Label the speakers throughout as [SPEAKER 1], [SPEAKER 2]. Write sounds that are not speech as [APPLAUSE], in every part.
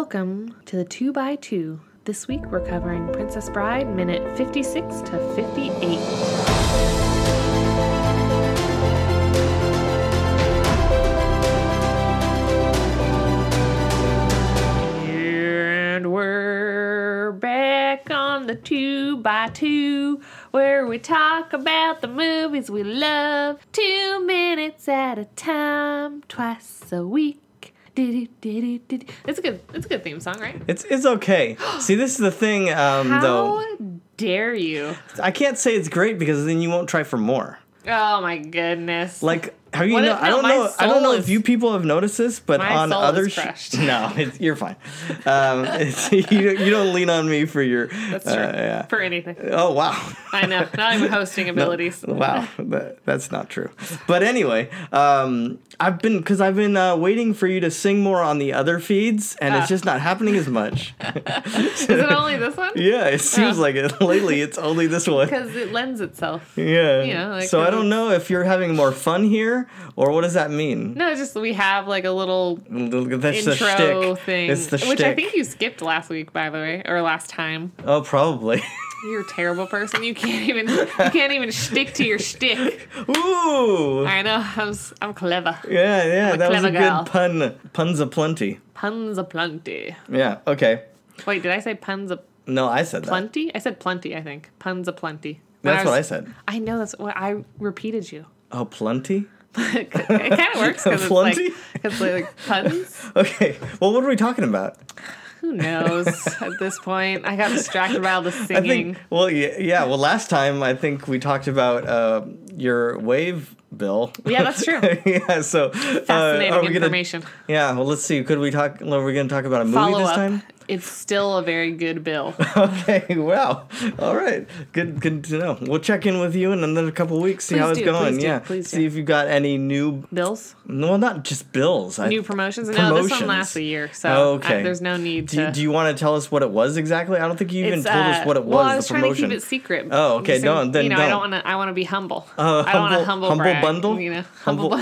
[SPEAKER 1] Welcome to the 2x2. This week we're covering Princess Bride minute 56 to 58. And we're back on the 2x2 where we talk about the movies we love two minutes at a time, twice a week. Doo-doo-doo-doo-doo. It's a good it's a good theme song, right?
[SPEAKER 2] It's
[SPEAKER 1] [GASPS]
[SPEAKER 2] it's okay. See, this is the thing, um,
[SPEAKER 1] How
[SPEAKER 2] though.
[SPEAKER 1] dare you?
[SPEAKER 2] I can't say it's great because then you won't try for more.
[SPEAKER 1] Oh my goodness.
[SPEAKER 2] Like, have you?
[SPEAKER 1] What
[SPEAKER 2] Know,
[SPEAKER 1] if-
[SPEAKER 2] I
[SPEAKER 1] no,
[SPEAKER 2] don't
[SPEAKER 1] my
[SPEAKER 2] know. I don't know
[SPEAKER 1] soul
[SPEAKER 2] if you
[SPEAKER 1] is-
[SPEAKER 2] people have noticed this, but
[SPEAKER 1] My
[SPEAKER 2] on
[SPEAKER 1] soul is
[SPEAKER 2] other, sh-
[SPEAKER 1] crushed.
[SPEAKER 2] [LAUGHS] no, it's, you're fine. Um, it's, [LAUGHS] you don't- you don't lean on me for your.
[SPEAKER 1] That's true.
[SPEAKER 2] uh, yeah.
[SPEAKER 1] For anything.
[SPEAKER 2] Oh wow.
[SPEAKER 1] I know. Not even
[SPEAKER 2] [LAUGHS]
[SPEAKER 1] hosting abilities.
[SPEAKER 2] Wow, that, that's not true. But anyway, um, I've been because I've been uh, waiting for you to sing more on the other feeds, and
[SPEAKER 1] Ah.
[SPEAKER 2] it's just not happening as much.
[SPEAKER 1] Is it only this one?
[SPEAKER 2] [LAUGHS] Yeah, it seems
[SPEAKER 1] Oh.
[SPEAKER 2] like it. [LAUGHS] Lately, it's only this one.
[SPEAKER 1] Because it lends itself.
[SPEAKER 2] Yeah.
[SPEAKER 1] you know, like,
[SPEAKER 2] so I
[SPEAKER 1] uh,
[SPEAKER 2] don't know if you're having more fun here, or what does that mean?
[SPEAKER 1] No, it's just we have like a little
[SPEAKER 2] That's the
[SPEAKER 1] intro
[SPEAKER 2] shtick.
[SPEAKER 1] thing.
[SPEAKER 2] It's the
[SPEAKER 1] which I
[SPEAKER 2] shtick.
[SPEAKER 1] think you skipped last week, by the way, or last time.
[SPEAKER 2] Oh, probably. [LAUGHS]
[SPEAKER 1] You're a terrible person. You can't even you can't even stick to your shtick.
[SPEAKER 2] Oooo.
[SPEAKER 1] I know. I'm s- I'm clever.
[SPEAKER 2] Yeah, yeah,
[SPEAKER 1] a
[SPEAKER 2] that was
[SPEAKER 1] clever
[SPEAKER 2] a
[SPEAKER 1] girl.
[SPEAKER 2] good pun. Puns aplenty.
[SPEAKER 1] Puns a plenty.
[SPEAKER 2] Yeah. Okay.
[SPEAKER 1] Wait, did I say puns a
[SPEAKER 2] No, I said that.
[SPEAKER 1] plenty? I said plenty. I think puns a plenty.
[SPEAKER 2] That's what I
[SPEAKER 1] was-
[SPEAKER 2] said.
[SPEAKER 1] I know. That's what I repeated you. [LAUGHS]
[SPEAKER 2] Oh, plenty.
[SPEAKER 1] it kind of works because it's like,
[SPEAKER 2] Plenty?
[SPEAKER 1] it's like puns.
[SPEAKER 2] Okay. [LAUGHS] Well, what are we talking about?
[SPEAKER 1] Who knows at this point? I got distracted by all the
[SPEAKER 2] I
[SPEAKER 1] singing.
[SPEAKER 2] think. Well, yeah, yeah. Well, last time I think we talked about uh, your wave bill.
[SPEAKER 1] Yeah, that's true.
[SPEAKER 2] [LAUGHS] yeah. So uh,
[SPEAKER 1] Fascinating
[SPEAKER 2] are we gonna-
[SPEAKER 1] information.
[SPEAKER 2] Yeah, well, let's see. Could we talk? Are we going to talk about a movie
[SPEAKER 1] Follow
[SPEAKER 2] this
[SPEAKER 1] up.
[SPEAKER 2] time? [LAUGHS]
[SPEAKER 1] It's still a very good bill.
[SPEAKER 2] Okay. Wow. All right. Good. Good to know. We'll check in with you in another couple weeks. See
[SPEAKER 1] Please
[SPEAKER 2] how it's
[SPEAKER 1] do,
[SPEAKER 2] going.
[SPEAKER 1] please do,
[SPEAKER 2] yeah.
[SPEAKER 1] please do.
[SPEAKER 2] see if you got any new.
[SPEAKER 1] Bills,
[SPEAKER 2] Well, not just bills. I,
[SPEAKER 1] new promotions. No, this one
[SPEAKER 2] Promotions.
[SPEAKER 1] lasts a year, so
[SPEAKER 2] Okay.
[SPEAKER 1] uh, there's no need
[SPEAKER 2] do,
[SPEAKER 1] to.
[SPEAKER 2] you- do you want to tell us what it was exactly? I don't think you even
[SPEAKER 1] It's,
[SPEAKER 2] told us
[SPEAKER 1] uh,
[SPEAKER 2] what it was.
[SPEAKER 1] Well, I was
[SPEAKER 2] the
[SPEAKER 1] trying to
[SPEAKER 2] promotion.
[SPEAKER 1] keep it secret.
[SPEAKER 2] Oh, okay,
[SPEAKER 1] Just so-
[SPEAKER 2] don't, then
[SPEAKER 1] you know, I don't
[SPEAKER 2] don't.
[SPEAKER 1] want to. I want to be humble.
[SPEAKER 2] Uh,
[SPEAKER 1] I don't want to humble
[SPEAKER 2] humble- humble
[SPEAKER 1] brag,
[SPEAKER 2] bundle?
[SPEAKER 1] You know, humble.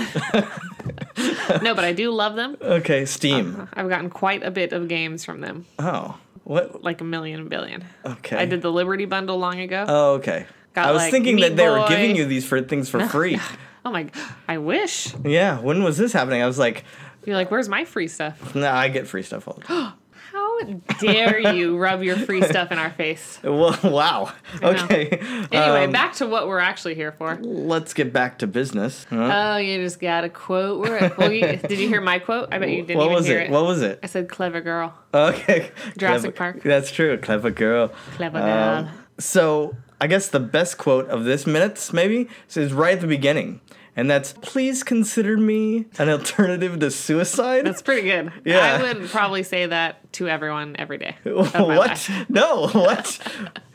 [SPEAKER 2] [LAUGHS]
[SPEAKER 1] bundle. no, but I do love them.
[SPEAKER 2] Okay, Steam.
[SPEAKER 1] I've gotten quite a bit of games from them,
[SPEAKER 2] oh, what?
[SPEAKER 1] like a million and billion.
[SPEAKER 2] Okay.
[SPEAKER 1] Uh-huh. I did the Liberty Bundle long ago.
[SPEAKER 2] Oh, okay.
[SPEAKER 1] Got,
[SPEAKER 2] I was
[SPEAKER 1] like,
[SPEAKER 2] thinking
[SPEAKER 1] Meat
[SPEAKER 2] that they were
[SPEAKER 1] Boy.
[SPEAKER 2] giving you these for things
[SPEAKER 1] [LAUGHS]
[SPEAKER 2] for free.
[SPEAKER 1] oh my! I wish
[SPEAKER 2] yeah. When was this happening? I was like,
[SPEAKER 1] you're like, where's my free stuff?
[SPEAKER 2] nah, I get free stuff all the time. [GASPS]
[SPEAKER 1] How dare you rub your free stuff in our face?
[SPEAKER 2] Well, wow.
[SPEAKER 1] know.
[SPEAKER 2] Okay.
[SPEAKER 1] Anyway,
[SPEAKER 2] Um,
[SPEAKER 1] back to what we're actually here for.
[SPEAKER 2] let's get back to business. Huh?
[SPEAKER 1] Oh, you just got a quote. Where, well, you, did you hear my quote? I bet you didn't
[SPEAKER 2] what
[SPEAKER 1] even
[SPEAKER 2] was
[SPEAKER 1] hear
[SPEAKER 2] it?
[SPEAKER 1] it.
[SPEAKER 2] What was it?
[SPEAKER 1] I said, "Clever girl."
[SPEAKER 2] Okay.
[SPEAKER 1] [LAUGHS] Jurassic
[SPEAKER 2] Clever-
[SPEAKER 1] Park.
[SPEAKER 2] That's true. Clever girl.
[SPEAKER 1] Clever
[SPEAKER 2] Um,
[SPEAKER 1] girl.
[SPEAKER 2] so I guess the best quote of this minutes maybe is right at the beginning, and that's "Please consider me an alternative to suicide." [LAUGHS]
[SPEAKER 1] That's pretty good.
[SPEAKER 2] Yeah.
[SPEAKER 1] I would probably say that to everyone every
[SPEAKER 2] [LAUGHS]
[SPEAKER 1] day. of my
[SPEAKER 2] what?
[SPEAKER 1] life.
[SPEAKER 2] No, what?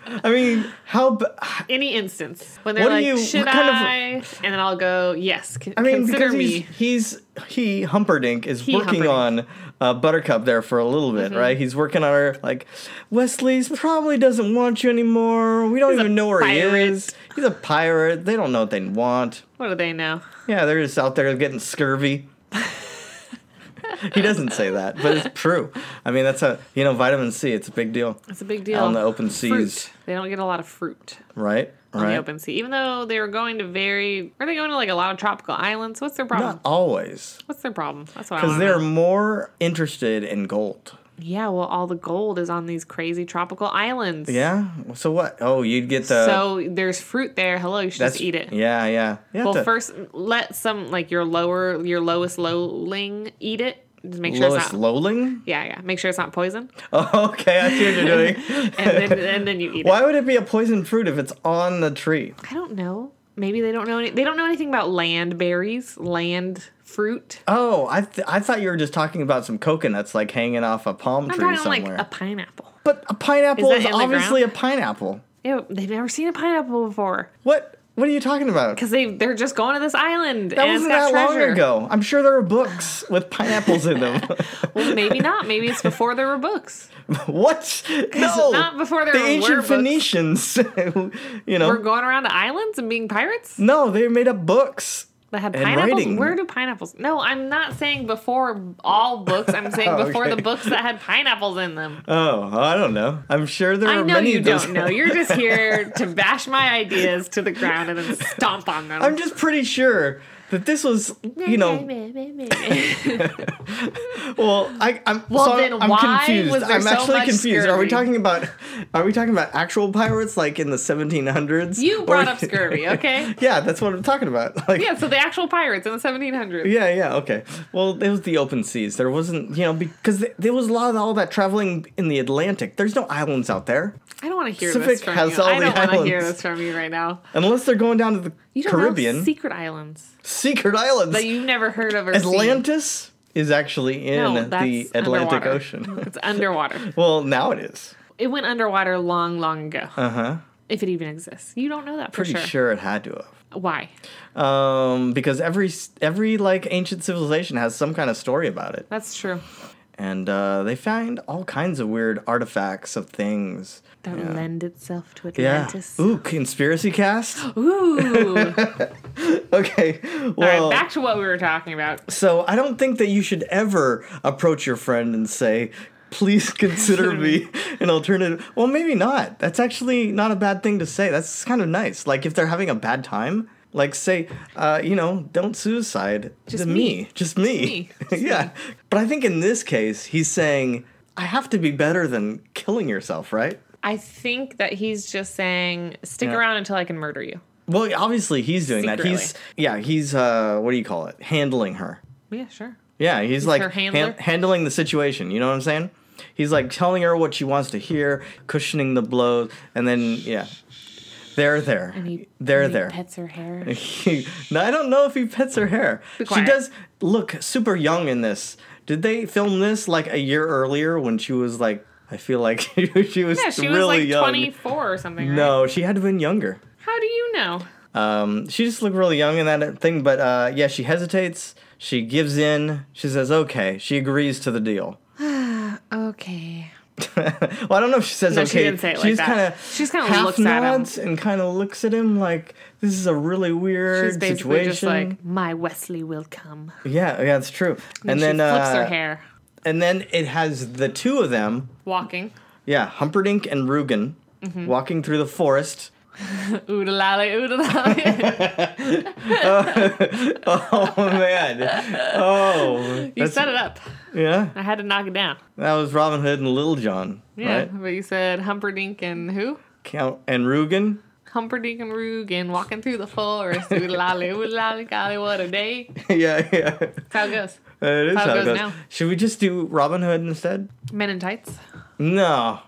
[SPEAKER 2] I mean, how? b-
[SPEAKER 1] Any instance when they're
[SPEAKER 2] What do
[SPEAKER 1] like,
[SPEAKER 2] you- what
[SPEAKER 1] "Should
[SPEAKER 2] kind of-
[SPEAKER 1] I?" and then I'll go, "Yes, c-
[SPEAKER 2] I mean,
[SPEAKER 1] consider
[SPEAKER 2] because
[SPEAKER 1] me."
[SPEAKER 2] he's, he's he Humperdinck is
[SPEAKER 1] Humperdinck.
[SPEAKER 2] working
[SPEAKER 1] Mm-hmm.
[SPEAKER 2] on uh, Buttercup there for a little bit, right? He's working on her like Wesley's probably doesn't want you anymore. We don't
[SPEAKER 1] a
[SPEAKER 2] even know where
[SPEAKER 1] pirate.
[SPEAKER 2] he is. He's a pirate. They don't know what they want.
[SPEAKER 1] What do they know?
[SPEAKER 2] Yeah, they're just out there getting scurvy. he doesn't say that,
[SPEAKER 1] [LAUGHS]
[SPEAKER 2] but it's true. I mean, that's a you know vitamin C. It's a big deal,
[SPEAKER 1] It's a big deal.
[SPEAKER 2] On the open seas.
[SPEAKER 1] Fruit. They don't get a lot of fruit
[SPEAKER 2] right?
[SPEAKER 1] on
[SPEAKER 2] Right.
[SPEAKER 1] the open sea, even though they were going to very. Are they going to like a lot of tropical islands? What's their problem?
[SPEAKER 2] Not always,
[SPEAKER 1] What's their problem? That's what I
[SPEAKER 2] because
[SPEAKER 1] want.
[SPEAKER 2] they're
[SPEAKER 1] Know.
[SPEAKER 2] more interested in gold.
[SPEAKER 1] Yeah, well, all the gold is on these crazy tropical islands.
[SPEAKER 2] Yeah. So what? Oh, you'd get the.
[SPEAKER 1] So there's fruit there. Hello, you should just eat it.
[SPEAKER 2] Yeah, yeah. You have
[SPEAKER 1] Well,
[SPEAKER 2] to-
[SPEAKER 1] first let some like your lower your lowest lowling eat it. Just make sure
[SPEAKER 2] lowest
[SPEAKER 1] it's not.
[SPEAKER 2] lowling. [LAUGHS]
[SPEAKER 1] yeah, yeah. Make sure it's not poison,
[SPEAKER 2] Oh, okay, I see what you're
[SPEAKER 1] [LAUGHS]
[SPEAKER 2] doing.
[SPEAKER 1] and then and then you eat it.
[SPEAKER 2] Why would it be a poison fruit if it's on the tree?
[SPEAKER 1] I don't know. Maybe they don't know any. They don't know anything about land berries, land fruit.
[SPEAKER 2] Oh, I th- I thought you were just talking about some coconuts like hanging off a palm
[SPEAKER 1] I'm
[SPEAKER 2] tree
[SPEAKER 1] talking
[SPEAKER 2] somewhere.
[SPEAKER 1] like a pineapple.
[SPEAKER 2] but a pineapple
[SPEAKER 1] Is that
[SPEAKER 2] is,
[SPEAKER 1] in the
[SPEAKER 2] obviously a pineapple.
[SPEAKER 1] Yeah, they've never seen a pineapple before
[SPEAKER 2] What? What are you talking about?
[SPEAKER 1] because they they're just going to this island
[SPEAKER 2] That
[SPEAKER 1] and
[SPEAKER 2] wasn't
[SPEAKER 1] it's got
[SPEAKER 2] that
[SPEAKER 1] treasure.
[SPEAKER 2] long ago. I'm sure there were books with pineapples in them.
[SPEAKER 1] [LAUGHS]
[SPEAKER 2] [LAUGHS]
[SPEAKER 1] Well, maybe not. Maybe it's before there were books.
[SPEAKER 2] what? [LAUGHS] No,
[SPEAKER 1] not before there
[SPEAKER 2] the
[SPEAKER 1] were
[SPEAKER 2] ancient
[SPEAKER 1] books.
[SPEAKER 2] Phoenicians. [LAUGHS] you know,
[SPEAKER 1] We're going around to islands and being pirates.
[SPEAKER 2] no, they made up books.
[SPEAKER 1] that had
[SPEAKER 2] And
[SPEAKER 1] pineapples.
[SPEAKER 2] writing.
[SPEAKER 1] Where do pineapples? No, I'm not saying before all books. I'm
[SPEAKER 2] [LAUGHS]
[SPEAKER 1] saying before
[SPEAKER 2] Okay.
[SPEAKER 1] the books that had pineapples in them.
[SPEAKER 2] Oh, I don't know. I'm sure there
[SPEAKER 1] I
[SPEAKER 2] are
[SPEAKER 1] know
[SPEAKER 2] many
[SPEAKER 1] you
[SPEAKER 2] of those.
[SPEAKER 1] don't know. You're just here to bash my ideas to the ground and then stomp on them.
[SPEAKER 2] [LAUGHS] I'm just pretty sure that this was, you know, well, I, I'm,
[SPEAKER 1] Well,
[SPEAKER 2] so
[SPEAKER 1] then
[SPEAKER 2] I'm
[SPEAKER 1] why
[SPEAKER 2] confused.
[SPEAKER 1] was there
[SPEAKER 2] I'm
[SPEAKER 1] so
[SPEAKER 2] actually
[SPEAKER 1] much
[SPEAKER 2] confused. Are
[SPEAKER 1] scurvy?
[SPEAKER 2] we talking about, are we talking about actual pirates like in the 1700s?
[SPEAKER 1] you
[SPEAKER 2] Or- [LAUGHS]
[SPEAKER 1] brought up scurvy, okay?
[SPEAKER 2] yeah, that's what I'm talking about. [LAUGHS]
[SPEAKER 1] [LAUGHS]
[SPEAKER 2] Like,
[SPEAKER 1] Yeah, so the actual pirates in the 1700s.
[SPEAKER 2] Yeah, yeah, okay. Well, it was the open seas. There wasn't, you know, because th- there was a lot of all that traveling in the Atlantic. There's no islands out there
[SPEAKER 1] I don't want to hear this
[SPEAKER 2] Pacific
[SPEAKER 1] from
[SPEAKER 2] has
[SPEAKER 1] you.
[SPEAKER 2] all
[SPEAKER 1] I
[SPEAKER 2] the
[SPEAKER 1] don't want to hear
[SPEAKER 2] islands.
[SPEAKER 1] this from you right now.
[SPEAKER 2] unless they're going down to the
[SPEAKER 1] You don't
[SPEAKER 2] Caribbean.
[SPEAKER 1] know secret islands
[SPEAKER 2] Secret islands.
[SPEAKER 1] that you've never heard of or seen.
[SPEAKER 2] Atlantis is actually in
[SPEAKER 1] No,
[SPEAKER 2] the
[SPEAKER 1] that's
[SPEAKER 2] Atlantic
[SPEAKER 1] underwater.
[SPEAKER 2] Ocean. [LAUGHS]
[SPEAKER 1] It's underwater.
[SPEAKER 2] well, now it is.
[SPEAKER 1] It went underwater long, long ago,
[SPEAKER 2] Uh huh.
[SPEAKER 1] if it even exists. You don't know that for
[SPEAKER 2] Pretty
[SPEAKER 1] sure.
[SPEAKER 2] sure. it had to have.
[SPEAKER 1] Why?
[SPEAKER 2] Um, because every s- every like ancient civilization has some kind of story about it,
[SPEAKER 1] That's true.
[SPEAKER 2] and uh, they find all kinds of weird artifacts of things.
[SPEAKER 1] That
[SPEAKER 2] Yeah.
[SPEAKER 1] lend itself to
[SPEAKER 2] Yeah.
[SPEAKER 1] Atlantis.
[SPEAKER 2] Ooh, conspiracy
[SPEAKER 1] [GASPS]
[SPEAKER 2] cast.
[SPEAKER 1] Ooh.
[SPEAKER 2] okay.
[SPEAKER 1] All right,
[SPEAKER 2] [LAUGHS] Well,
[SPEAKER 1] back to what we were talking about.
[SPEAKER 2] so I don't think that you should ever approach your friend and say, please [LAUGHS] consider me an alternative. Well, maybe not. That's actually not a bad thing to say. That's kind of nice. Like, if they're having a bad time, like, say, uh, you know, don't suicide.
[SPEAKER 1] Just
[SPEAKER 2] to
[SPEAKER 1] me.
[SPEAKER 2] Just me. [LAUGHS]
[SPEAKER 1] me. Just
[SPEAKER 2] yeah. But I think in this case, he's saying, I have to be better than killing yourself, right?
[SPEAKER 1] I think that he's just saying, stick
[SPEAKER 2] Yeah.
[SPEAKER 1] around until I can murder you.
[SPEAKER 2] Well, obviously he's doing that. He's yeah, he's uh what do you call it? Handling her.
[SPEAKER 1] Yeah, sure.
[SPEAKER 2] Yeah, he's, like
[SPEAKER 1] her handler?
[SPEAKER 2] han- handling the situation. You know what I'm saying? He's like telling her what she wants to hear, cushioning the blows, and then yeah, they're there,
[SPEAKER 1] He- he
[SPEAKER 2] they're there. [LAUGHS]
[SPEAKER 1] Pets her hair.
[SPEAKER 2] no, I don't know if he pets her hair.
[SPEAKER 1] Be
[SPEAKER 2] She
[SPEAKER 1] quiet.
[SPEAKER 2] does look super young in this. Did they film this like a year earlier when she was like? I feel like [LAUGHS] she was
[SPEAKER 1] Yeah, she was
[SPEAKER 2] really
[SPEAKER 1] like
[SPEAKER 2] young.
[SPEAKER 1] 24 or something. Right?
[SPEAKER 2] No, she had to have been younger.
[SPEAKER 1] How do you know?
[SPEAKER 2] Um, she just looked really young in that thing, but uh, yeah, she hesitates. She gives in. She says, "Okay." She agrees to the deal.
[SPEAKER 1] Okay.
[SPEAKER 2] well, I don't know if she says
[SPEAKER 1] No,
[SPEAKER 2] okay.
[SPEAKER 1] she didn't say it like
[SPEAKER 2] just
[SPEAKER 1] that.
[SPEAKER 2] kinda
[SPEAKER 1] She just kinda
[SPEAKER 2] half
[SPEAKER 1] looks at him.
[SPEAKER 2] nods and kind of looks at him like this is a really weird
[SPEAKER 1] She's basically
[SPEAKER 2] situation.
[SPEAKER 1] just like, my Wesley will come.
[SPEAKER 2] yeah, yeah, it's true. And,
[SPEAKER 1] And,
[SPEAKER 2] then
[SPEAKER 1] she flips
[SPEAKER 2] uh,
[SPEAKER 1] her hair,
[SPEAKER 2] and then it has the two of them,
[SPEAKER 1] walking.
[SPEAKER 2] yeah, Humperdinck and Rugen,
[SPEAKER 1] Mm-hmm.
[SPEAKER 2] walking through the forest.
[SPEAKER 1] [LAUGHS]
[SPEAKER 2] [LAUGHS]
[SPEAKER 1] Oodalali, oodalali.
[SPEAKER 2] Oh man! Oh,
[SPEAKER 1] you
[SPEAKER 2] that's-
[SPEAKER 1] set it up.
[SPEAKER 2] yeah.
[SPEAKER 1] I had to knock it down.
[SPEAKER 2] That was Robin Hood and Little John,
[SPEAKER 1] Yeah,
[SPEAKER 2] right?
[SPEAKER 1] but you said Humperdinck and who?
[SPEAKER 2] Count and Rugen.
[SPEAKER 1] Humperdinck and Rugen walking through the forest. Oodalali, oodalali, golly, what a day.
[SPEAKER 2] [LAUGHS] yeah, yeah.
[SPEAKER 1] That's how it goes.
[SPEAKER 2] It is
[SPEAKER 1] How it
[SPEAKER 2] how it
[SPEAKER 1] goes
[SPEAKER 2] goes.
[SPEAKER 1] now.
[SPEAKER 2] Should we just do Robin Hood instead?
[SPEAKER 1] Men in tights.
[SPEAKER 2] No.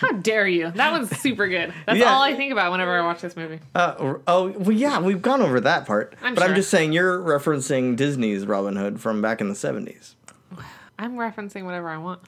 [SPEAKER 1] How dare you? That one's super good. That's
[SPEAKER 2] Yeah.
[SPEAKER 1] all I think about whenever I watch this movie.
[SPEAKER 2] Uh, r- oh, well, yeah, we've gone over that part.
[SPEAKER 1] I'm
[SPEAKER 2] but I'm
[SPEAKER 1] sure.
[SPEAKER 2] just saying you're referencing Disney's Robin Hood from back in the 70s.
[SPEAKER 1] I'm referencing whatever I want.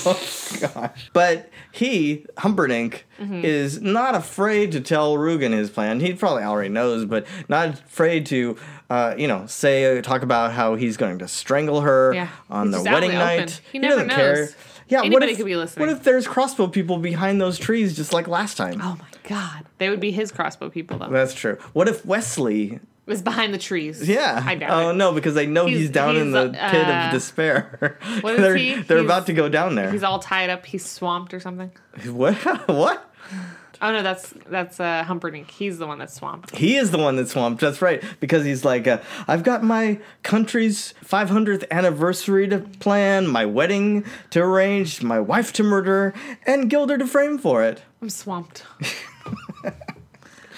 [SPEAKER 2] Gosh. But he, Humperdinck,
[SPEAKER 1] Mm-hmm.
[SPEAKER 2] is not afraid to tell Rugen his plan. He probably already knows, but not afraid to, uh, you know, say, talk about how he's going to strangle her
[SPEAKER 1] Yeah.
[SPEAKER 2] on
[SPEAKER 1] He's
[SPEAKER 2] the
[SPEAKER 1] just out in
[SPEAKER 2] wedding
[SPEAKER 1] the open.
[SPEAKER 2] night.
[SPEAKER 1] He never knows.
[SPEAKER 2] Yeah, what
[SPEAKER 1] Anybody
[SPEAKER 2] if-
[SPEAKER 1] could be listening.
[SPEAKER 2] What if there's crossbow people behind those trees just like last time?
[SPEAKER 1] Oh my god. They would be his crossbow people though. It
[SPEAKER 2] That's true. What if Wesley
[SPEAKER 1] was behind the trees.
[SPEAKER 2] Yeah.
[SPEAKER 1] I doubt
[SPEAKER 2] oh
[SPEAKER 1] it.
[SPEAKER 2] no, because they know he's,
[SPEAKER 1] He's-
[SPEAKER 2] down in the
[SPEAKER 1] he's,
[SPEAKER 2] pit
[SPEAKER 1] uh,
[SPEAKER 2] of despair.
[SPEAKER 1] [LAUGHS] what is
[SPEAKER 2] [LAUGHS] they're
[SPEAKER 1] he?
[SPEAKER 2] they're
[SPEAKER 1] He's-
[SPEAKER 2] about to go down there.
[SPEAKER 1] He's all tied up, he's swamped or something.
[SPEAKER 2] [LAUGHS] What? what?
[SPEAKER 1] Oh no, that's that's uh Humperdinck. He's the one that's swamped.
[SPEAKER 2] He is the one that's swamped. That's right, because he's like, uh, I've got my country's 500th anniversary to plan, my wedding to arrange, my wife to murder, and Gilder to frame for it.
[SPEAKER 1] I'm
[SPEAKER 2] [LAUGHS]
[SPEAKER 1] swamped.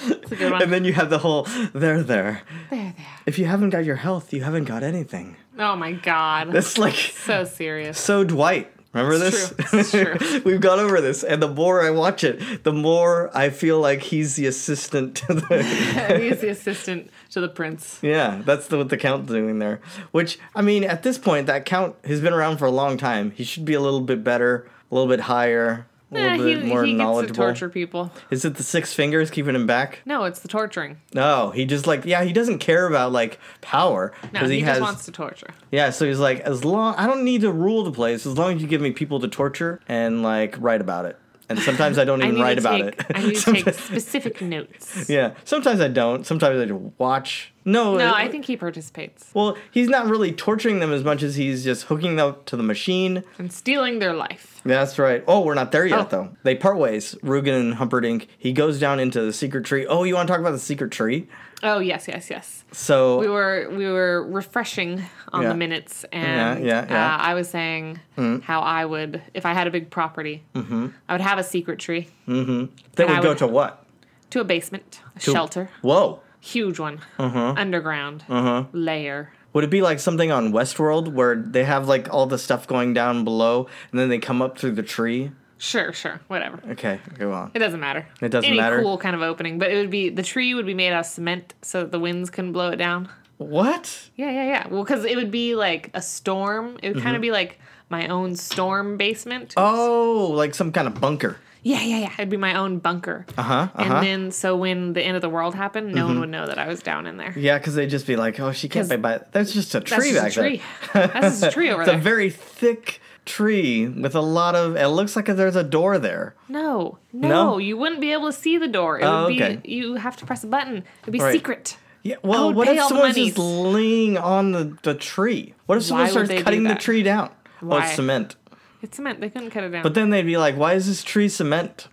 [SPEAKER 1] It's a good one.
[SPEAKER 2] And then you have the whole there, there.
[SPEAKER 1] there, there.
[SPEAKER 2] If you haven't got your health, you haven't got anything. [LAUGHS]
[SPEAKER 1] Oh my god.
[SPEAKER 2] That's like
[SPEAKER 1] so serious. [LAUGHS]
[SPEAKER 2] so Dwight. Remember
[SPEAKER 1] It's
[SPEAKER 2] this?
[SPEAKER 1] true. It's
[SPEAKER 2] [LAUGHS] We've gone over this, and the more I watch it, the more I feel like he's the assistant to the. [LAUGHS]
[SPEAKER 1] he's the assistant to the prince.
[SPEAKER 2] yeah, that's the, what the count's doing there. Which I mean, at this point, that count has been around for a long time. He should be a little bit better, a little bit higher, a little
[SPEAKER 1] Eh,
[SPEAKER 2] bit
[SPEAKER 1] he,
[SPEAKER 2] more
[SPEAKER 1] he gets to
[SPEAKER 2] knowledgeable.
[SPEAKER 1] torture people.
[SPEAKER 2] Is it the six fingers keeping him back?
[SPEAKER 1] No, it's the torturing.
[SPEAKER 2] No, he just like yeah, he doesn't care about like power
[SPEAKER 1] No,
[SPEAKER 2] because
[SPEAKER 1] he,
[SPEAKER 2] he,
[SPEAKER 1] just
[SPEAKER 2] has
[SPEAKER 1] wants to torture.
[SPEAKER 2] yeah. So he's like, as long I don't need to rule the place, as long as you give me people to torture and like write about it. and sometimes I don't
[SPEAKER 1] [LAUGHS] I
[SPEAKER 2] even
[SPEAKER 1] need
[SPEAKER 2] write
[SPEAKER 1] to
[SPEAKER 2] about
[SPEAKER 1] take,
[SPEAKER 2] it.
[SPEAKER 1] I
[SPEAKER 2] [LAUGHS]
[SPEAKER 1] need to
[SPEAKER 2] Sometimes-
[SPEAKER 1] take specific notes.
[SPEAKER 2] yeah, sometimes I don't. Sometimes I just watch. No,
[SPEAKER 1] No,
[SPEAKER 2] it-
[SPEAKER 1] I think he participates
[SPEAKER 2] Well, he's not really torturing them as much as he's just hooking them up to the machine.
[SPEAKER 1] and stealing their life.
[SPEAKER 2] That's right. Oh, we're not there yet,
[SPEAKER 1] Oh.
[SPEAKER 2] though. They part ways. Rugen and Humperdinck. He goes down into the secret tree. Oh, you want to talk about the secret tree?
[SPEAKER 1] Oh yes, yes, yes.
[SPEAKER 2] So
[SPEAKER 1] We were we were refreshing on
[SPEAKER 2] Yeah.
[SPEAKER 1] the minutes, and
[SPEAKER 2] Yeah, yeah, yeah. Hmm.
[SPEAKER 1] Uh, I was saying how I would, if I had a big property,
[SPEAKER 2] Mm-hmm.
[SPEAKER 1] I would have a secret tree
[SPEAKER 2] they
[SPEAKER 1] and
[SPEAKER 2] would
[SPEAKER 1] I
[SPEAKER 2] go
[SPEAKER 1] would-
[SPEAKER 2] to what?
[SPEAKER 1] to a basement, a
[SPEAKER 2] To- Mm-hmm.
[SPEAKER 1] shelter,
[SPEAKER 2] Whoa.
[SPEAKER 1] huge one, underground
[SPEAKER 2] Mm-hmm.
[SPEAKER 1] layer.
[SPEAKER 2] Would it be like something on Westworld where they have like all the stuff going down below and then they come up through the tree?
[SPEAKER 1] Sure, sure, whatever.
[SPEAKER 2] Okay, go on.
[SPEAKER 1] It doesn't matter.
[SPEAKER 2] It doesn't
[SPEAKER 1] Any
[SPEAKER 2] matter.
[SPEAKER 1] cool kind of opening, but it would be the tree would be made out of cement so that the winds couldn't blow it down.
[SPEAKER 2] What?
[SPEAKER 1] Yeah, yeah, yeah. Well, because it would be like a storm. It would kind of be like my own storm basement.
[SPEAKER 2] Mm-hmm. Oh, like some kind of bunker.
[SPEAKER 1] Yeah, yeah, yeah. It'd be my own bunker.
[SPEAKER 2] Uh huh. Uh huh.
[SPEAKER 1] And then, so when the end of the world happened, no
[SPEAKER 2] Mm-hmm.
[SPEAKER 1] one would know that I was down in there.
[SPEAKER 2] yeah, because they'd just be like, oh, she can't
[SPEAKER 1] 'Cause
[SPEAKER 2] be by. That's just a tree
[SPEAKER 1] That's
[SPEAKER 2] back
[SPEAKER 1] just a tree.
[SPEAKER 2] [LAUGHS] there.
[SPEAKER 1] That's just a tree over
[SPEAKER 2] It's
[SPEAKER 1] there.
[SPEAKER 2] a very thick tree with a lot of. It looks like there's a door there.
[SPEAKER 1] no, no,
[SPEAKER 2] No?
[SPEAKER 1] you wouldn't be able to see the door. It
[SPEAKER 2] Oh,
[SPEAKER 1] would
[SPEAKER 2] okay.
[SPEAKER 1] be you have to press a button. It'd be
[SPEAKER 2] Right.
[SPEAKER 1] secret.
[SPEAKER 2] Yeah.
[SPEAKER 1] I
[SPEAKER 2] Well,
[SPEAKER 1] would
[SPEAKER 2] what
[SPEAKER 1] pay
[SPEAKER 2] if
[SPEAKER 1] all the
[SPEAKER 2] someone's just
[SPEAKER 1] monies.
[SPEAKER 2] laying on the, the tree? What if someone
[SPEAKER 1] Why would
[SPEAKER 2] starts
[SPEAKER 1] they do
[SPEAKER 2] cutting the
[SPEAKER 1] that?
[SPEAKER 2] tree down? Oh,
[SPEAKER 1] Why?
[SPEAKER 2] it's cement.
[SPEAKER 1] It's cement. They couldn't cut it down.
[SPEAKER 2] But then they'd be like, why is this tree cement?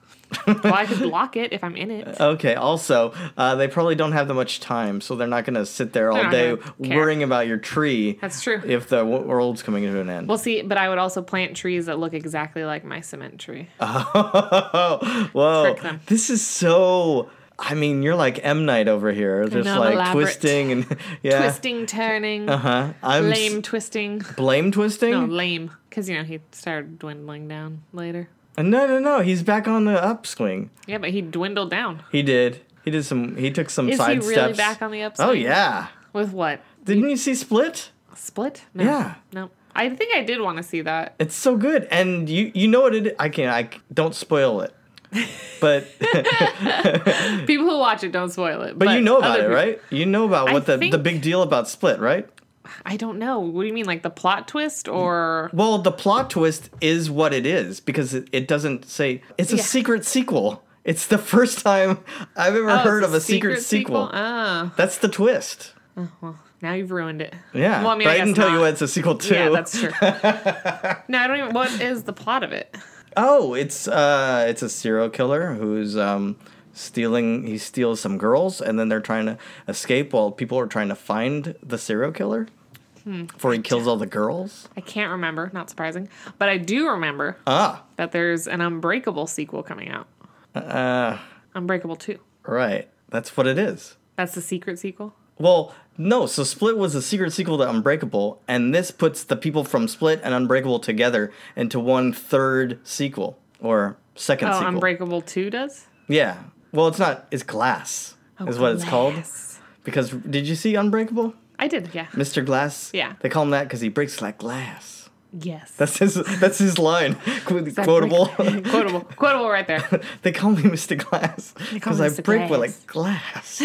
[SPEAKER 1] well,
[SPEAKER 2] [LAUGHS]
[SPEAKER 1] I could block it if I'm in it.
[SPEAKER 2] Okay. Also, uh, they probably don't have that much time, so they're not going to sit there all
[SPEAKER 1] not
[SPEAKER 2] day
[SPEAKER 1] gonna care.
[SPEAKER 2] worrying about your tree.
[SPEAKER 1] That's true.
[SPEAKER 2] If the wo- world's coming to an end.
[SPEAKER 1] We'll see, but I would also plant trees that look exactly like my cement tree.
[SPEAKER 2] [LAUGHS] Whoa.
[SPEAKER 1] Trick them.
[SPEAKER 2] This is so. I mean, you're like M Night over here, just
[SPEAKER 1] I'm
[SPEAKER 2] like
[SPEAKER 1] elaborate.
[SPEAKER 2] twisting and [LAUGHS] yeah.
[SPEAKER 1] Twisting, turning,
[SPEAKER 2] Huh? Uh-huh. I'm s-
[SPEAKER 1] lame
[SPEAKER 2] [LAUGHS]
[SPEAKER 1] twisting.
[SPEAKER 2] blame twisting.
[SPEAKER 1] No, lame, because you know he started dwindling down later.
[SPEAKER 2] Uh, No, no, no. He's back on the upswing.
[SPEAKER 1] Yeah, but he dwindled down.
[SPEAKER 2] He did. He did some. He took some
[SPEAKER 1] Is
[SPEAKER 2] side
[SPEAKER 1] he really
[SPEAKER 2] steps.
[SPEAKER 1] back on the upside?
[SPEAKER 2] oh yeah.
[SPEAKER 1] With what?
[SPEAKER 2] Didn't you see Split?
[SPEAKER 1] Split? No.
[SPEAKER 2] Yeah.
[SPEAKER 1] No. I think I did want to see that.
[SPEAKER 2] [CLEARS THROAT] It's so good, and you you know what it. I can I c- don't spoil it,
[SPEAKER 1] [LAUGHS]
[SPEAKER 2] but [LAUGHS] but,
[SPEAKER 1] People who watch it don't spoil it. But,
[SPEAKER 2] you know about
[SPEAKER 1] other
[SPEAKER 2] it,
[SPEAKER 1] people-
[SPEAKER 2] right? You know about what the the
[SPEAKER 1] think-
[SPEAKER 2] big deal about Split, right?
[SPEAKER 1] I don't know. What do you mean, like the plot twist or?
[SPEAKER 2] Well, the plot twist is what it is because it, it doesn't say it's a
[SPEAKER 1] Yeah.
[SPEAKER 2] secret sequel. It's the first time I've ever
[SPEAKER 1] Oh,
[SPEAKER 2] heard
[SPEAKER 1] it's
[SPEAKER 2] of a secret, sequel.
[SPEAKER 1] Ah,
[SPEAKER 2] That's the twist.
[SPEAKER 1] now you've ruined it.
[SPEAKER 2] Yeah,
[SPEAKER 1] Well, I mean,
[SPEAKER 2] but
[SPEAKER 1] I
[SPEAKER 2] I,
[SPEAKER 1] guess
[SPEAKER 2] didn't tell you
[SPEAKER 1] not.
[SPEAKER 2] what it's a sequel to.
[SPEAKER 1] Yeah, that's true.
[SPEAKER 2] [LAUGHS]
[SPEAKER 1] no, I don't even. What is the plot of it?
[SPEAKER 2] Oh, it's uh, it's a serial killer who's um, stealing. He steals some girls, and then they're trying to escape while people are trying to find the serial killer.
[SPEAKER 1] Hmm.
[SPEAKER 2] Before he kills all the girls.
[SPEAKER 1] I can't remember. Not surprising, but I do remember
[SPEAKER 2] Ah,
[SPEAKER 1] that there's an Unbreakable sequel coming out.
[SPEAKER 2] uh,
[SPEAKER 1] Unbreakable two.
[SPEAKER 2] right. That's what it is.
[SPEAKER 1] That's the secret sequel.
[SPEAKER 2] Well, no. So Split was a secret sequel to Unbreakable, and this puts the people from Split and Unbreakable together into one third sequel or second
[SPEAKER 1] Oh,
[SPEAKER 2] sequel.
[SPEAKER 1] Unbreakable two does.
[SPEAKER 2] yeah. Well, it's not. It's Glass. is what it's called.
[SPEAKER 1] Oh, Glass.
[SPEAKER 2] Because did you see Unbreakable?
[SPEAKER 1] I did. Yeah.
[SPEAKER 2] Mr. Glass.
[SPEAKER 1] Yeah.
[SPEAKER 2] They call him that because he breaks like glass.
[SPEAKER 1] Yes.
[SPEAKER 2] That's his. That's his line. [LAUGHS] Qu- Quotable.
[SPEAKER 1] [LAUGHS] quotable. Quotable right [LAUGHS] there.
[SPEAKER 2] [LAUGHS] they call me Mr.
[SPEAKER 1] [LAUGHS]
[SPEAKER 2] Glass
[SPEAKER 1] call
[SPEAKER 2] because
[SPEAKER 1] me
[SPEAKER 2] I
[SPEAKER 1] Mr.
[SPEAKER 2] break with like glass.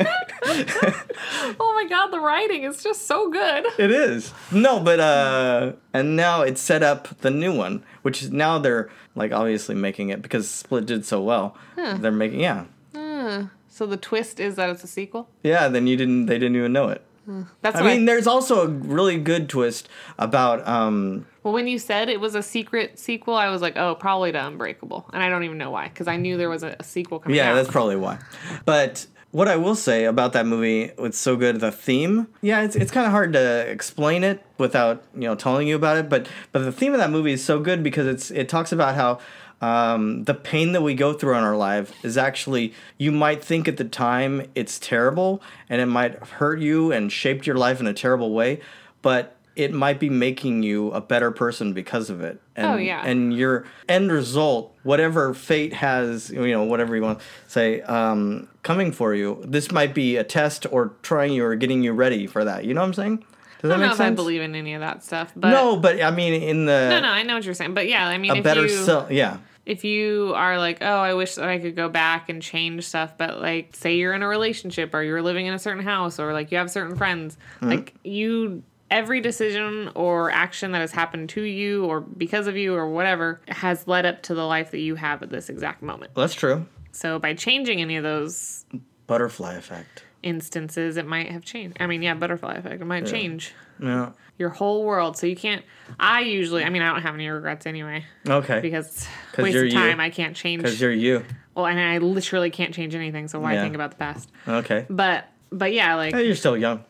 [SPEAKER 2] [LAUGHS]
[SPEAKER 1] Oh my god, the writing is just so good.
[SPEAKER 2] it is no, but uh, and now it's set up the new one, which is now they're like obviously making it because Split did so well. They're making yeah,
[SPEAKER 1] So the twist is that it's a sequel.
[SPEAKER 2] yeah. Then you didn't. They didn't even know it.
[SPEAKER 1] That's
[SPEAKER 2] I
[SPEAKER 1] what
[SPEAKER 2] mean,
[SPEAKER 1] I,
[SPEAKER 2] there's also a really good twist about um,
[SPEAKER 1] well, when you said it was a secret sequel, I was like, oh, probably to Unbreakable, and I don't even know why because I knew there was a, a sequel coming
[SPEAKER 2] Yeah,
[SPEAKER 1] out.
[SPEAKER 2] that's probably why. But what I will say about that movie, it's so good. The theme, yeah, it's it's kind of hard to explain it without you know telling you about it. But but the theme of that movie is so good because it's it talks about how. Um, the pain that we go through in our life is actually you might think at the time it's terrible and it might hurt you and shaped your life in a terrible way but it might be making you a better person because of it and
[SPEAKER 1] Oh, yeah.
[SPEAKER 2] and and your end result, whatever fate has, you know, whatever you want to say, um, coming for you, this might be a test or trying you or getting you ready for that. You know what I'm saying?
[SPEAKER 1] I
[SPEAKER 2] Does that
[SPEAKER 1] don't know
[SPEAKER 2] make
[SPEAKER 1] if
[SPEAKER 2] sense?
[SPEAKER 1] I believe in any of that stuff, but
[SPEAKER 2] no, but I mean, in the
[SPEAKER 1] no, no, I know what you're saying. But yeah, I mean,
[SPEAKER 2] a
[SPEAKER 1] if
[SPEAKER 2] better
[SPEAKER 1] you
[SPEAKER 2] self, yeah.
[SPEAKER 1] if you are like, oh, I wish that I could go back and change stuff, but like,
[SPEAKER 2] Mm-hmm.
[SPEAKER 1] say you're in a relationship or you're living in a certain house or like you have certain friends, like you every decision or action that has happened to you or because of you or whatever has led up to the life that you have at this exact moment.
[SPEAKER 2] That's true.
[SPEAKER 1] So by changing any of those
[SPEAKER 2] Butterfly effect.
[SPEAKER 1] instances, it might have changed. I mean, yeah, butterfly effect. It might change
[SPEAKER 2] Yeah.
[SPEAKER 1] your whole world. So you can't. I usually, I mean, I don't have any regrets anyway
[SPEAKER 2] Okay.
[SPEAKER 1] because it's a
[SPEAKER 2] 'Cause
[SPEAKER 1] waste
[SPEAKER 2] you're
[SPEAKER 1] of
[SPEAKER 2] you.
[SPEAKER 1] time. I can't
[SPEAKER 2] Because
[SPEAKER 1] change.
[SPEAKER 2] you're you.
[SPEAKER 1] Well, and I literally can't change anything. So why
[SPEAKER 2] Yeah.
[SPEAKER 1] think about the past?
[SPEAKER 2] Okay.
[SPEAKER 1] But but yeah, like
[SPEAKER 2] Hey, you're still young.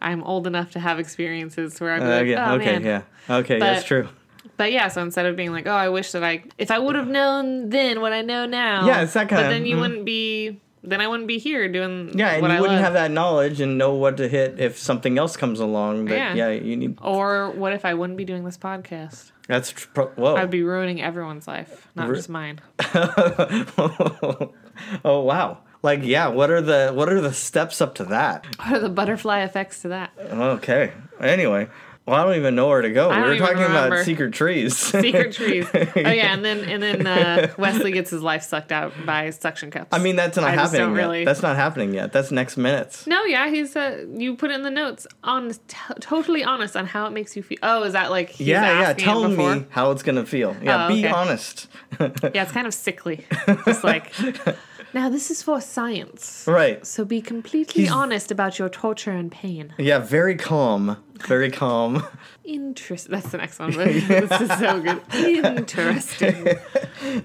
[SPEAKER 1] I'm old enough to have experiences where I'm
[SPEAKER 2] Uh,
[SPEAKER 1] like,
[SPEAKER 2] yeah.
[SPEAKER 1] oh
[SPEAKER 2] okay.
[SPEAKER 1] man.
[SPEAKER 2] Yeah. Okay. that's
[SPEAKER 1] But-
[SPEAKER 2] true.
[SPEAKER 1] But yeah, so instead of being like, oh, I wish that I, if I would have known then what I know now.
[SPEAKER 2] Yeah, it's that
[SPEAKER 1] But
[SPEAKER 2] kinda-
[SPEAKER 1] then you
[SPEAKER 2] mhm.
[SPEAKER 1] wouldn't be. Then I wouldn't be here doing.
[SPEAKER 2] Yeah, and
[SPEAKER 1] what
[SPEAKER 2] you
[SPEAKER 1] I
[SPEAKER 2] wouldn't
[SPEAKER 1] love.
[SPEAKER 2] have that knowledge and know what to hit if something else comes along. But
[SPEAKER 1] Yeah.
[SPEAKER 2] yeah, you need.
[SPEAKER 1] Or what if I wouldn't be doing this podcast?
[SPEAKER 2] That's tr- pro- whoa.
[SPEAKER 1] I'd be ruining everyone's life, not
[SPEAKER 2] Ru-
[SPEAKER 1] just mine.
[SPEAKER 2] [LAUGHS] oh wow. Like yeah, what are the what are the steps up to that?
[SPEAKER 1] What are the butterfly effects to
[SPEAKER 2] [LAUGHS]
[SPEAKER 1] that?
[SPEAKER 2] Okay. Anyway, well I don't even know where to go.
[SPEAKER 1] I
[SPEAKER 2] we
[SPEAKER 1] don't
[SPEAKER 2] were
[SPEAKER 1] even
[SPEAKER 2] talking
[SPEAKER 1] remember.
[SPEAKER 2] about
[SPEAKER 1] [LAUGHS]
[SPEAKER 2] secret trees.
[SPEAKER 1] Secret trees. Oh yeah, and then and then uh, Wesley gets his life sucked out by suction cups.
[SPEAKER 2] [LAUGHS] I mean that's not
[SPEAKER 1] I just
[SPEAKER 2] happening
[SPEAKER 1] don't
[SPEAKER 2] yet.
[SPEAKER 1] really-
[SPEAKER 2] That's not happening yet. That's next minutes.
[SPEAKER 1] No, yeah, he's uh, you put it in the notes on t- totally honest on how it makes you feel. Oh, is that like he's
[SPEAKER 2] yeah, yeah.
[SPEAKER 1] asking it
[SPEAKER 2] Tell
[SPEAKER 1] before?
[SPEAKER 2] [LAUGHS] me how it's gonna feel. Yeah,
[SPEAKER 1] Oh,
[SPEAKER 2] be
[SPEAKER 1] okay.
[SPEAKER 2] honest. [LAUGHS]
[SPEAKER 1] Yeah, it's kind of sickly. Just like now, this is for science.
[SPEAKER 2] right.
[SPEAKER 1] So be completely
[SPEAKER 2] He's-
[SPEAKER 1] honest about your torture and pain.
[SPEAKER 2] Yeah, very calm. Very calm. [LAUGHS]
[SPEAKER 1] Interest. That's the next one. but this is so good. Interesting.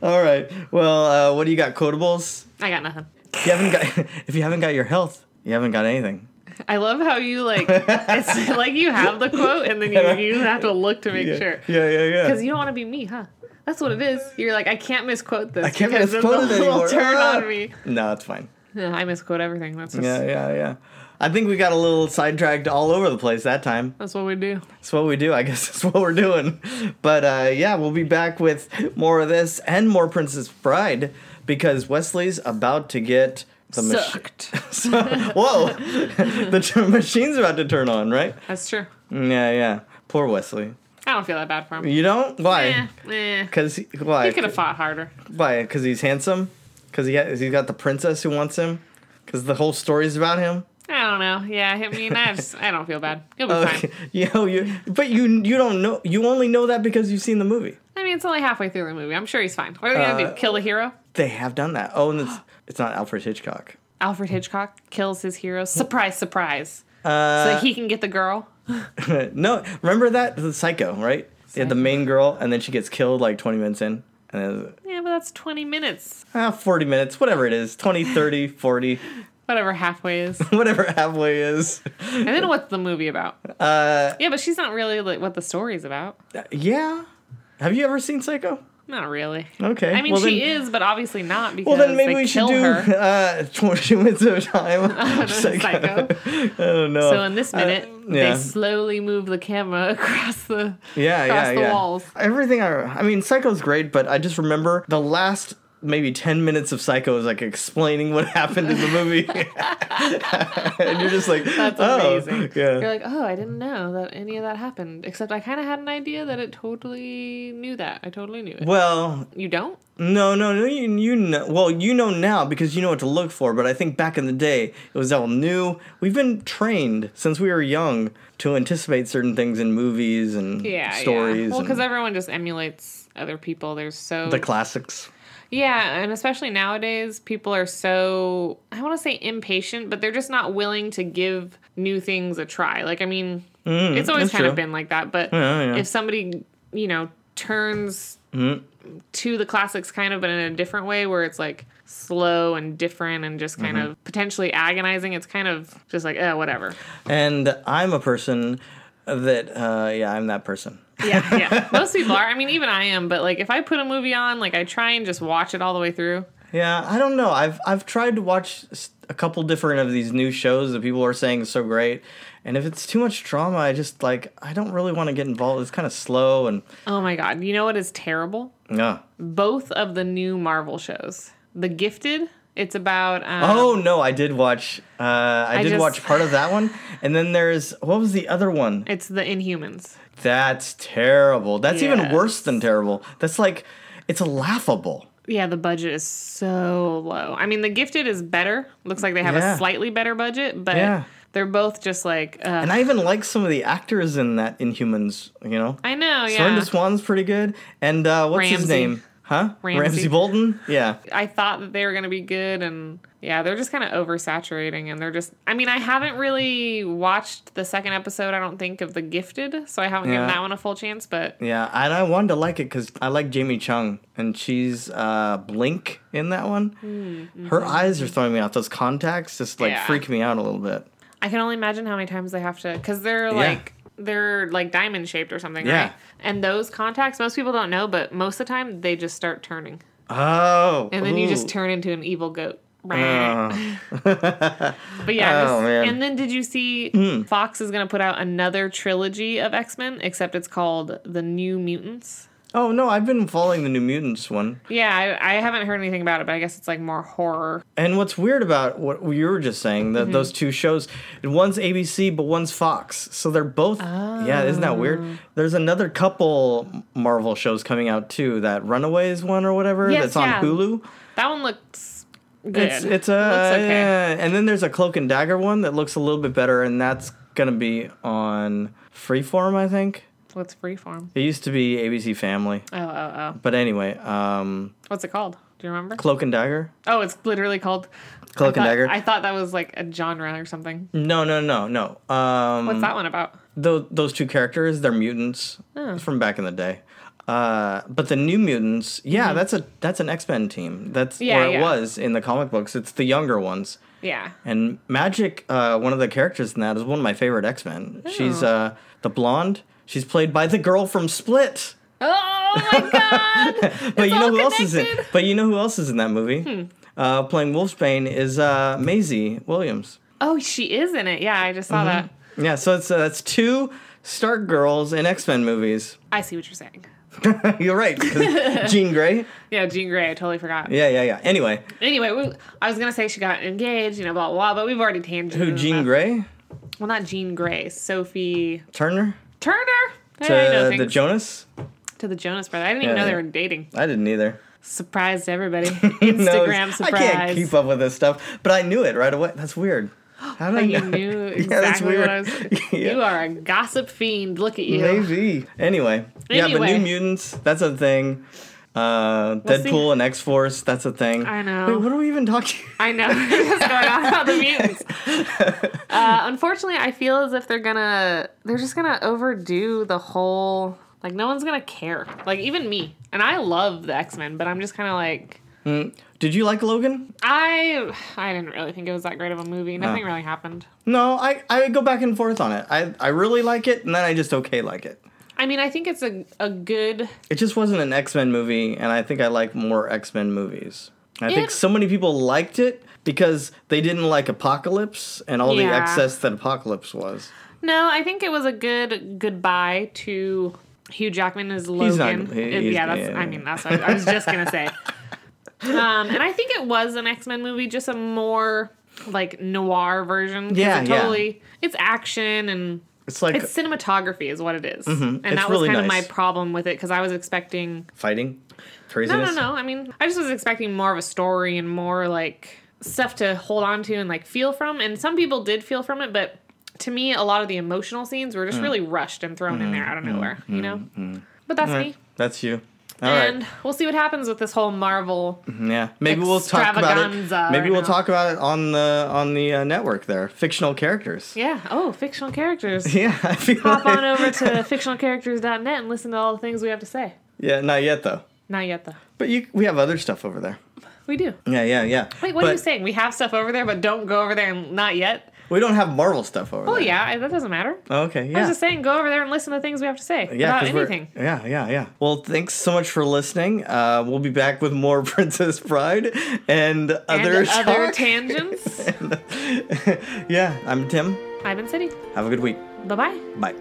[SPEAKER 2] All right. Well, uh, what do you got? Quotables?
[SPEAKER 1] I got nothing.
[SPEAKER 2] If you haven't got [LAUGHS] if you haven't got your health, you haven't got anything.
[SPEAKER 1] I love how you like. It's [LAUGHS] like you have the quote and then
[SPEAKER 2] [LAUGHS]
[SPEAKER 1] you, you have to look to make
[SPEAKER 2] Yeah.
[SPEAKER 1] sure
[SPEAKER 2] Yeah,
[SPEAKER 1] [LAUGHS]
[SPEAKER 2] yeah, yeah.
[SPEAKER 1] because you don't want to be me, huh? That's what it is. You're like, I can't misquote this.
[SPEAKER 2] I can't
[SPEAKER 1] because then
[SPEAKER 2] misquote it
[SPEAKER 1] they'll
[SPEAKER 2] anymore.
[SPEAKER 1] Turn
[SPEAKER 2] Ah! [LAUGHS]
[SPEAKER 1] on me.
[SPEAKER 2] No, it's fine.
[SPEAKER 1] No, I misquote everything. That's just,
[SPEAKER 2] Yeah, yeah, yeah. I think we got a little sidetracked all over the place that time.
[SPEAKER 1] that's what we do.
[SPEAKER 2] That's what we do. I [LAUGHS] guess that's what we're doing. But uh, yeah, we'll be back with more of this and more Princess Bride because Wesley's about to get the machine. [LAUGHS]
[SPEAKER 1] Sucked.
[SPEAKER 2] Whoa, [LAUGHS] the t- machine's about to turn on, right?
[SPEAKER 1] That's true.
[SPEAKER 2] Yeah, yeah. Poor Wesley.
[SPEAKER 1] I don't feel that bad for him.
[SPEAKER 2] You don't?
[SPEAKER 1] Eh,
[SPEAKER 2] Why?
[SPEAKER 1] eh.
[SPEAKER 2] Because why?
[SPEAKER 1] He could have fought harder.
[SPEAKER 2] Why? Because he's handsome. Because he ha- he's got the princess who wants him. Because the whole story's about him.
[SPEAKER 1] I don't know. Yeah, I mean, I, just, I don't feel bad. He'll be
[SPEAKER 2] Oh, Okay. [LAUGHS]
[SPEAKER 1] fine.
[SPEAKER 2] You know, you but you you don't know. You only know that because you've seen the movie.
[SPEAKER 1] I mean, it's only halfway through the movie. I'm sure he's fine. What are they gonna
[SPEAKER 2] Uh,
[SPEAKER 1] do? Kill the hero?
[SPEAKER 2] They have done that. Oh, and it's
[SPEAKER 1] [GASPS]
[SPEAKER 2] it's not Alfred Hitchcock. [LAUGHS]
[SPEAKER 1] Alfred Hitchcock kills his hero. Surprise, surprise.
[SPEAKER 2] Uh,
[SPEAKER 1] so he can get the girl.
[SPEAKER 2] no, remember that the Psycho, right? They had the
[SPEAKER 1] Psycho.
[SPEAKER 2] main girl, and then she gets killed like 20 minutes in. And it was,
[SPEAKER 1] Yeah, but that's 20 minutes.
[SPEAKER 2] ah, 40 minutes, whatever it is,
[SPEAKER 1] [LAUGHS]
[SPEAKER 2] 20, 30, 40,
[SPEAKER 1] Whatever halfway is.
[SPEAKER 2] whatever halfway is.
[SPEAKER 1] and then what's the movie about?
[SPEAKER 2] Uh,
[SPEAKER 1] Yeah, but she's not really like what the story's about.
[SPEAKER 2] yeah. Have you ever seen Psycho?
[SPEAKER 1] Not really.
[SPEAKER 2] Okay.
[SPEAKER 1] I mean,
[SPEAKER 2] well,
[SPEAKER 1] she
[SPEAKER 2] then-
[SPEAKER 1] is, but obviously not because
[SPEAKER 2] Well, then maybe
[SPEAKER 1] they
[SPEAKER 2] we should
[SPEAKER 1] kill
[SPEAKER 2] do
[SPEAKER 1] her.
[SPEAKER 2] [LAUGHS] uh, 20 minutes at a
[SPEAKER 1] [LAUGHS]
[SPEAKER 2] time.
[SPEAKER 1] Psycho.
[SPEAKER 2] [LAUGHS] I don't know.
[SPEAKER 1] So in this
[SPEAKER 2] Uh,
[SPEAKER 1] minute,
[SPEAKER 2] yeah.
[SPEAKER 1] they slowly move the camera [LAUGHS] across the
[SPEAKER 2] yeah,
[SPEAKER 1] across
[SPEAKER 2] yeah,
[SPEAKER 1] the
[SPEAKER 2] yeah.
[SPEAKER 1] walls.
[SPEAKER 2] Everything I, I mean, Psycho's great, but I just remember the last maybe 10 minutes of Psycho is like explaining what [LAUGHS] happened in the movie. and you're just like,
[SPEAKER 1] That's
[SPEAKER 2] oh,
[SPEAKER 1] amazing.
[SPEAKER 2] Yeah.
[SPEAKER 1] You're like, oh, I didn't know that any of that happened. Except I kind of had an idea that it totally knew that. I totally knew it.
[SPEAKER 2] well,
[SPEAKER 1] You don't?
[SPEAKER 2] no, no, no. You, you know, well, you know now because you know what to look for. But I think back in the day, it was all new. We've been trained since we were young to anticipate certain things in movies and
[SPEAKER 1] Yeah.
[SPEAKER 2] stories.
[SPEAKER 1] Yeah. Well, because
[SPEAKER 2] and
[SPEAKER 1] everyone just emulates other people. They're so
[SPEAKER 2] the classics.
[SPEAKER 1] Yeah, and especially nowadays, people are so, I want to say impatient, but they're just not willing to give new things a try. Like, I mean, it's always
[SPEAKER 2] Mm, that's
[SPEAKER 1] kind of
[SPEAKER 2] true.
[SPEAKER 1] been like that, but
[SPEAKER 2] Yeah, yeah. Mm.
[SPEAKER 1] if somebody, you know, turns to the classics kind of, but in a different way where it's like slow and different and just kind
[SPEAKER 2] Mm-hmm.
[SPEAKER 1] of potentially agonizing, it's kind of just like, oh, whatever.
[SPEAKER 2] And I'm a person that, uh, yeah, I'm that person.
[SPEAKER 1] Yeah, [LAUGHS] yeah. Most people are. I mean, even I am, but like if I put a movie on, like I try and just watch it all the way through.
[SPEAKER 2] Yeah, I don't know. I've I've tried to watch s- a couple different of these new shows that people are saying is so great, and if it's too much drama, I just like I don't really want to get involved. It's kind of slow and
[SPEAKER 1] Oh my God. You know what is terrible?
[SPEAKER 2] no.
[SPEAKER 1] both of the new Marvel shows. The Gifted, it's about um,
[SPEAKER 2] Oh no, I did watch. Uh, I, did
[SPEAKER 1] just-
[SPEAKER 2] watch part of that one, and then there's what was the other one?
[SPEAKER 1] it's the Inhumans.
[SPEAKER 2] That's terrible. That's even
[SPEAKER 1] Yes.
[SPEAKER 2] worse than terrible. That's like it's laughable.
[SPEAKER 1] Yeah, the budget is so low. I mean, The Gifted is better. Looks like they have
[SPEAKER 2] Yeah.
[SPEAKER 1] a slightly better budget, but
[SPEAKER 2] Yeah.
[SPEAKER 1] They're both just like, uh,
[SPEAKER 2] And I even like some of the actors in that Inhumans. You know,
[SPEAKER 1] I know, yeah.
[SPEAKER 2] Sorinda Swan's pretty good, and uh, what's
[SPEAKER 1] Ramsey.
[SPEAKER 2] his name? Huh?
[SPEAKER 1] Ramsey.
[SPEAKER 2] Bolton. Yeah.
[SPEAKER 1] I thought that they were going to be good and yeah, they're just kind of oversaturating and they're just I mean, I haven't really watched the second episode, I don't think of The Gifted, so I haven't given
[SPEAKER 2] Yeah.
[SPEAKER 1] that one a full chance, but
[SPEAKER 2] Yeah, and I wanted to like it because I like Jamie Chung, and she's uh, Blink in that one. Her eyes are throwing me off. Those contacts just
[SPEAKER 1] Mm-hmm.
[SPEAKER 2] like
[SPEAKER 1] Yeah.
[SPEAKER 2] freak me out a little bit.
[SPEAKER 1] I can only imagine how many times they have to cuz they're
[SPEAKER 2] Yeah.
[SPEAKER 1] like they're like diamond shaped or something,
[SPEAKER 2] Yeah.
[SPEAKER 1] right? And those contacts, most people don't know, but most of the time they just start turning.
[SPEAKER 2] Oh,
[SPEAKER 1] And then you just
[SPEAKER 2] ooh. Uh.
[SPEAKER 1] turn into an evil goat. Right.
[SPEAKER 2] Oh.
[SPEAKER 1] But yeah,
[SPEAKER 2] Oh,
[SPEAKER 1] this-
[SPEAKER 2] man. Hmm.
[SPEAKER 1] and then did you see Fox is going to put out another trilogy of X Men, except it's called The New Mutants?
[SPEAKER 2] oh no, I've been following the New Mutants one,
[SPEAKER 1] Yeah, I, I haven't heard anything about it, but I guess it's like more horror.
[SPEAKER 2] and what's weird about what you were just saying that those
[SPEAKER 1] Mm-hmm.
[SPEAKER 2] two shows, one's ABC but one's Fox, so they're both. Yeah, isn't that
[SPEAKER 1] Ah.
[SPEAKER 2] weird? There's another couple Marvel shows coming out too. That Runaways one or whatever
[SPEAKER 1] Yes,
[SPEAKER 2] that's on
[SPEAKER 1] yeah. uh,
[SPEAKER 2] Hulu.
[SPEAKER 1] That one looks good.
[SPEAKER 2] It's it's a
[SPEAKER 1] looks okay.
[SPEAKER 2] yeah. and then there's a cloak and dagger one that looks a little bit better, and that's gonna be on Freeform, I think.
[SPEAKER 1] what's Freeform?
[SPEAKER 2] It used to be ABC Family,
[SPEAKER 1] Oh oh oh,
[SPEAKER 2] but anyway, um,
[SPEAKER 1] what's it called? Do you remember?
[SPEAKER 2] cloak and dagger,
[SPEAKER 1] Oh, it's literally called
[SPEAKER 2] cloak
[SPEAKER 1] I
[SPEAKER 2] and
[SPEAKER 1] thought-
[SPEAKER 2] dagger. Hmm.
[SPEAKER 1] I thought that was like a genre or something.
[SPEAKER 2] no, no, no, no. Um,
[SPEAKER 1] What's that one about?
[SPEAKER 2] tho- those two characters, they're mutants
[SPEAKER 1] Oh.
[SPEAKER 2] from back in the day. Uh, but the new mutants, yeah, that's a that's an X Men team. That's
[SPEAKER 1] Mm-hmm. Yeah,
[SPEAKER 2] where it
[SPEAKER 1] yeah.
[SPEAKER 2] was in the comic books. It's the younger ones.
[SPEAKER 1] Yeah.
[SPEAKER 2] And Magic, uh, one of the characters in that, is one of my favorite X Men.
[SPEAKER 1] Oh.
[SPEAKER 2] She's uh, the blonde. She's played by the girl from Split. [LAUGHS]
[SPEAKER 1] Oh my god!
[SPEAKER 2] But you know
[SPEAKER 1] all
[SPEAKER 2] who else is in?
[SPEAKER 1] connected. Hmm.
[SPEAKER 2] But you know who else is in that movie? Uh, playing Wolfsbane is uh, Maisie Williams.
[SPEAKER 1] oh, she is in it. Yeah, I just saw that.
[SPEAKER 2] Yeah, so it's uh, that's two Stark girls in X Men movies.
[SPEAKER 1] I see what you're saying.
[SPEAKER 2] You're
[SPEAKER 1] [LAUGHS]
[SPEAKER 2] right, 'cause Jean Grey.
[SPEAKER 1] Yeah, Jean Grey. I totally forgot.
[SPEAKER 2] Yeah, yeah, yeah. Anyway,
[SPEAKER 1] Anyway, we, I was gonna say she got engaged, you know, blah blah. blah but we've already tangented.
[SPEAKER 2] who
[SPEAKER 1] on
[SPEAKER 2] Jean
[SPEAKER 1] that.
[SPEAKER 2] Grey
[SPEAKER 1] Well, not Jean Grey. Sophie
[SPEAKER 2] Turner
[SPEAKER 1] Turner. I know
[SPEAKER 2] to the
[SPEAKER 1] things.
[SPEAKER 2] Jonas?
[SPEAKER 1] to the Jonas brother. I didn't even
[SPEAKER 2] Yeah,
[SPEAKER 1] know they
[SPEAKER 2] yeah.
[SPEAKER 1] were dating.
[SPEAKER 2] I didn't either.
[SPEAKER 1] Surprise to everybody.
[SPEAKER 2] [LAUGHS] Who knows?
[SPEAKER 1] Instagram surprise.
[SPEAKER 2] I can't keep up with this stuff, but I knew it right away. That's weird. How did I
[SPEAKER 1] You
[SPEAKER 2] know?
[SPEAKER 1] knew
[SPEAKER 2] Yeah, that's
[SPEAKER 1] exactly what I was.
[SPEAKER 2] weird. [LAUGHS] Yeah.
[SPEAKER 1] You are a gossip fiend. Look at you.
[SPEAKER 2] [LAUGHS] Maybe. Anyway. Yeah, but
[SPEAKER 1] Anyway.
[SPEAKER 2] New Mutants, that's a thing. Uh,
[SPEAKER 1] We'll see.
[SPEAKER 2] Deadpool and X Force, that's a thing.
[SPEAKER 1] I know.
[SPEAKER 2] Wait, what are we even talking? [LAUGHS]
[SPEAKER 1] I know [LAUGHS] what's going on about the mutants. Uh, unfortunately, I feel as if they're gonna, they're just gonna overdo the whole. Like no one's gonna care. Like even me, and I love the X Men, but I'm just kind of like,
[SPEAKER 2] Did you like Logan?
[SPEAKER 1] I, I didn't really think it was that great of a movie. Nothing really happened.
[SPEAKER 2] No, I, I go back and forth on it. I, I really like it, and then I just okay like it.
[SPEAKER 1] I mean, I think it's a a good
[SPEAKER 2] It just wasn't an X Men movie, and I think I like more X Men movies. I think
[SPEAKER 1] It-
[SPEAKER 2] so many people liked it because they didn't like Apocalypse and all the
[SPEAKER 1] Yeah.
[SPEAKER 2] excess that Apocalypse was.
[SPEAKER 1] No, I think it was a good goodbye to Hugh Jackman as Logan.
[SPEAKER 2] not- he-
[SPEAKER 1] It-
[SPEAKER 2] he's-
[SPEAKER 1] yeah, that's.
[SPEAKER 2] yeah,
[SPEAKER 1] I
[SPEAKER 2] yeah.
[SPEAKER 1] mean, that's what I was just gonna
[SPEAKER 2] [LAUGHS]
[SPEAKER 1] say. Um, and I think it was an X Men movie, just a more like noir version. 'cause
[SPEAKER 2] Yeah,
[SPEAKER 1] it
[SPEAKER 2] yeah.
[SPEAKER 1] totally, It's action and
[SPEAKER 2] It's like
[SPEAKER 1] it's cinematography is what it is. and
[SPEAKER 2] Mm-hmm. It's
[SPEAKER 1] that was
[SPEAKER 2] really
[SPEAKER 1] kind
[SPEAKER 2] nice.
[SPEAKER 1] of my problem with it because I was expecting
[SPEAKER 2] fighting,
[SPEAKER 1] no,
[SPEAKER 2] craziness.
[SPEAKER 1] no, no. I mean, I just was expecting more of a story and more like stuff to hold on to and like feel from. And some people did feel from it, but to me, a lot of the emotional scenes were
[SPEAKER 2] Mm.
[SPEAKER 1] just really rushed and thrown
[SPEAKER 2] Mm-hmm.
[SPEAKER 1] in there out of nowhere, you know? But that's me.
[SPEAKER 2] That's you. Mm-hmm. All right.
[SPEAKER 1] and we'll see what happens with this whole Marvel.
[SPEAKER 2] Yeah. Maybe we'll talk about it.
[SPEAKER 1] Extravaganza
[SPEAKER 2] Maybe
[SPEAKER 1] right
[SPEAKER 2] we'll
[SPEAKER 1] now.
[SPEAKER 2] talk about it on the on the uh, network there. Fictional characters.
[SPEAKER 1] Yeah. Oh, fictional characters.
[SPEAKER 2] [LAUGHS] Yeah, I feel
[SPEAKER 1] Hop
[SPEAKER 2] like-
[SPEAKER 1] on over to fictionalcharacters.net and listen to all the things we have to say.
[SPEAKER 2] [LAUGHS] Yeah, not yet though.
[SPEAKER 1] Not yet, though.
[SPEAKER 2] But you, we have other stuff over there.
[SPEAKER 1] We do.
[SPEAKER 2] Yeah, yeah, yeah.
[SPEAKER 1] Wait, what
[SPEAKER 2] but
[SPEAKER 1] are you saying? We have stuff over there, but don't go over there and not yet?
[SPEAKER 2] We don't have Marvel stuff over
[SPEAKER 1] Oh,
[SPEAKER 2] there.
[SPEAKER 1] yeah. I- That doesn't matter.
[SPEAKER 2] Oh yeah. Okay. Yeah.
[SPEAKER 1] I was just saying, go over there and listen to things we have to say
[SPEAKER 2] yeah,
[SPEAKER 1] about
[SPEAKER 2] 'cause we're-
[SPEAKER 1] anything.
[SPEAKER 2] Yeah, yeah, yeah. Well, thanks so much for listening. Uh, we'll be back with more [LAUGHS] Princess Bride and other
[SPEAKER 1] and other
[SPEAKER 2] talk.
[SPEAKER 1] tangents.
[SPEAKER 2] [LAUGHS] yeah, I'm Tim.
[SPEAKER 1] I've been City.
[SPEAKER 2] Have a good week.
[SPEAKER 1] Bye bye.
[SPEAKER 2] Bye.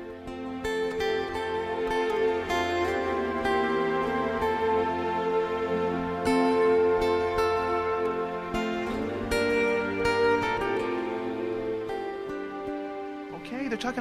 [SPEAKER 3] Okay, they're talking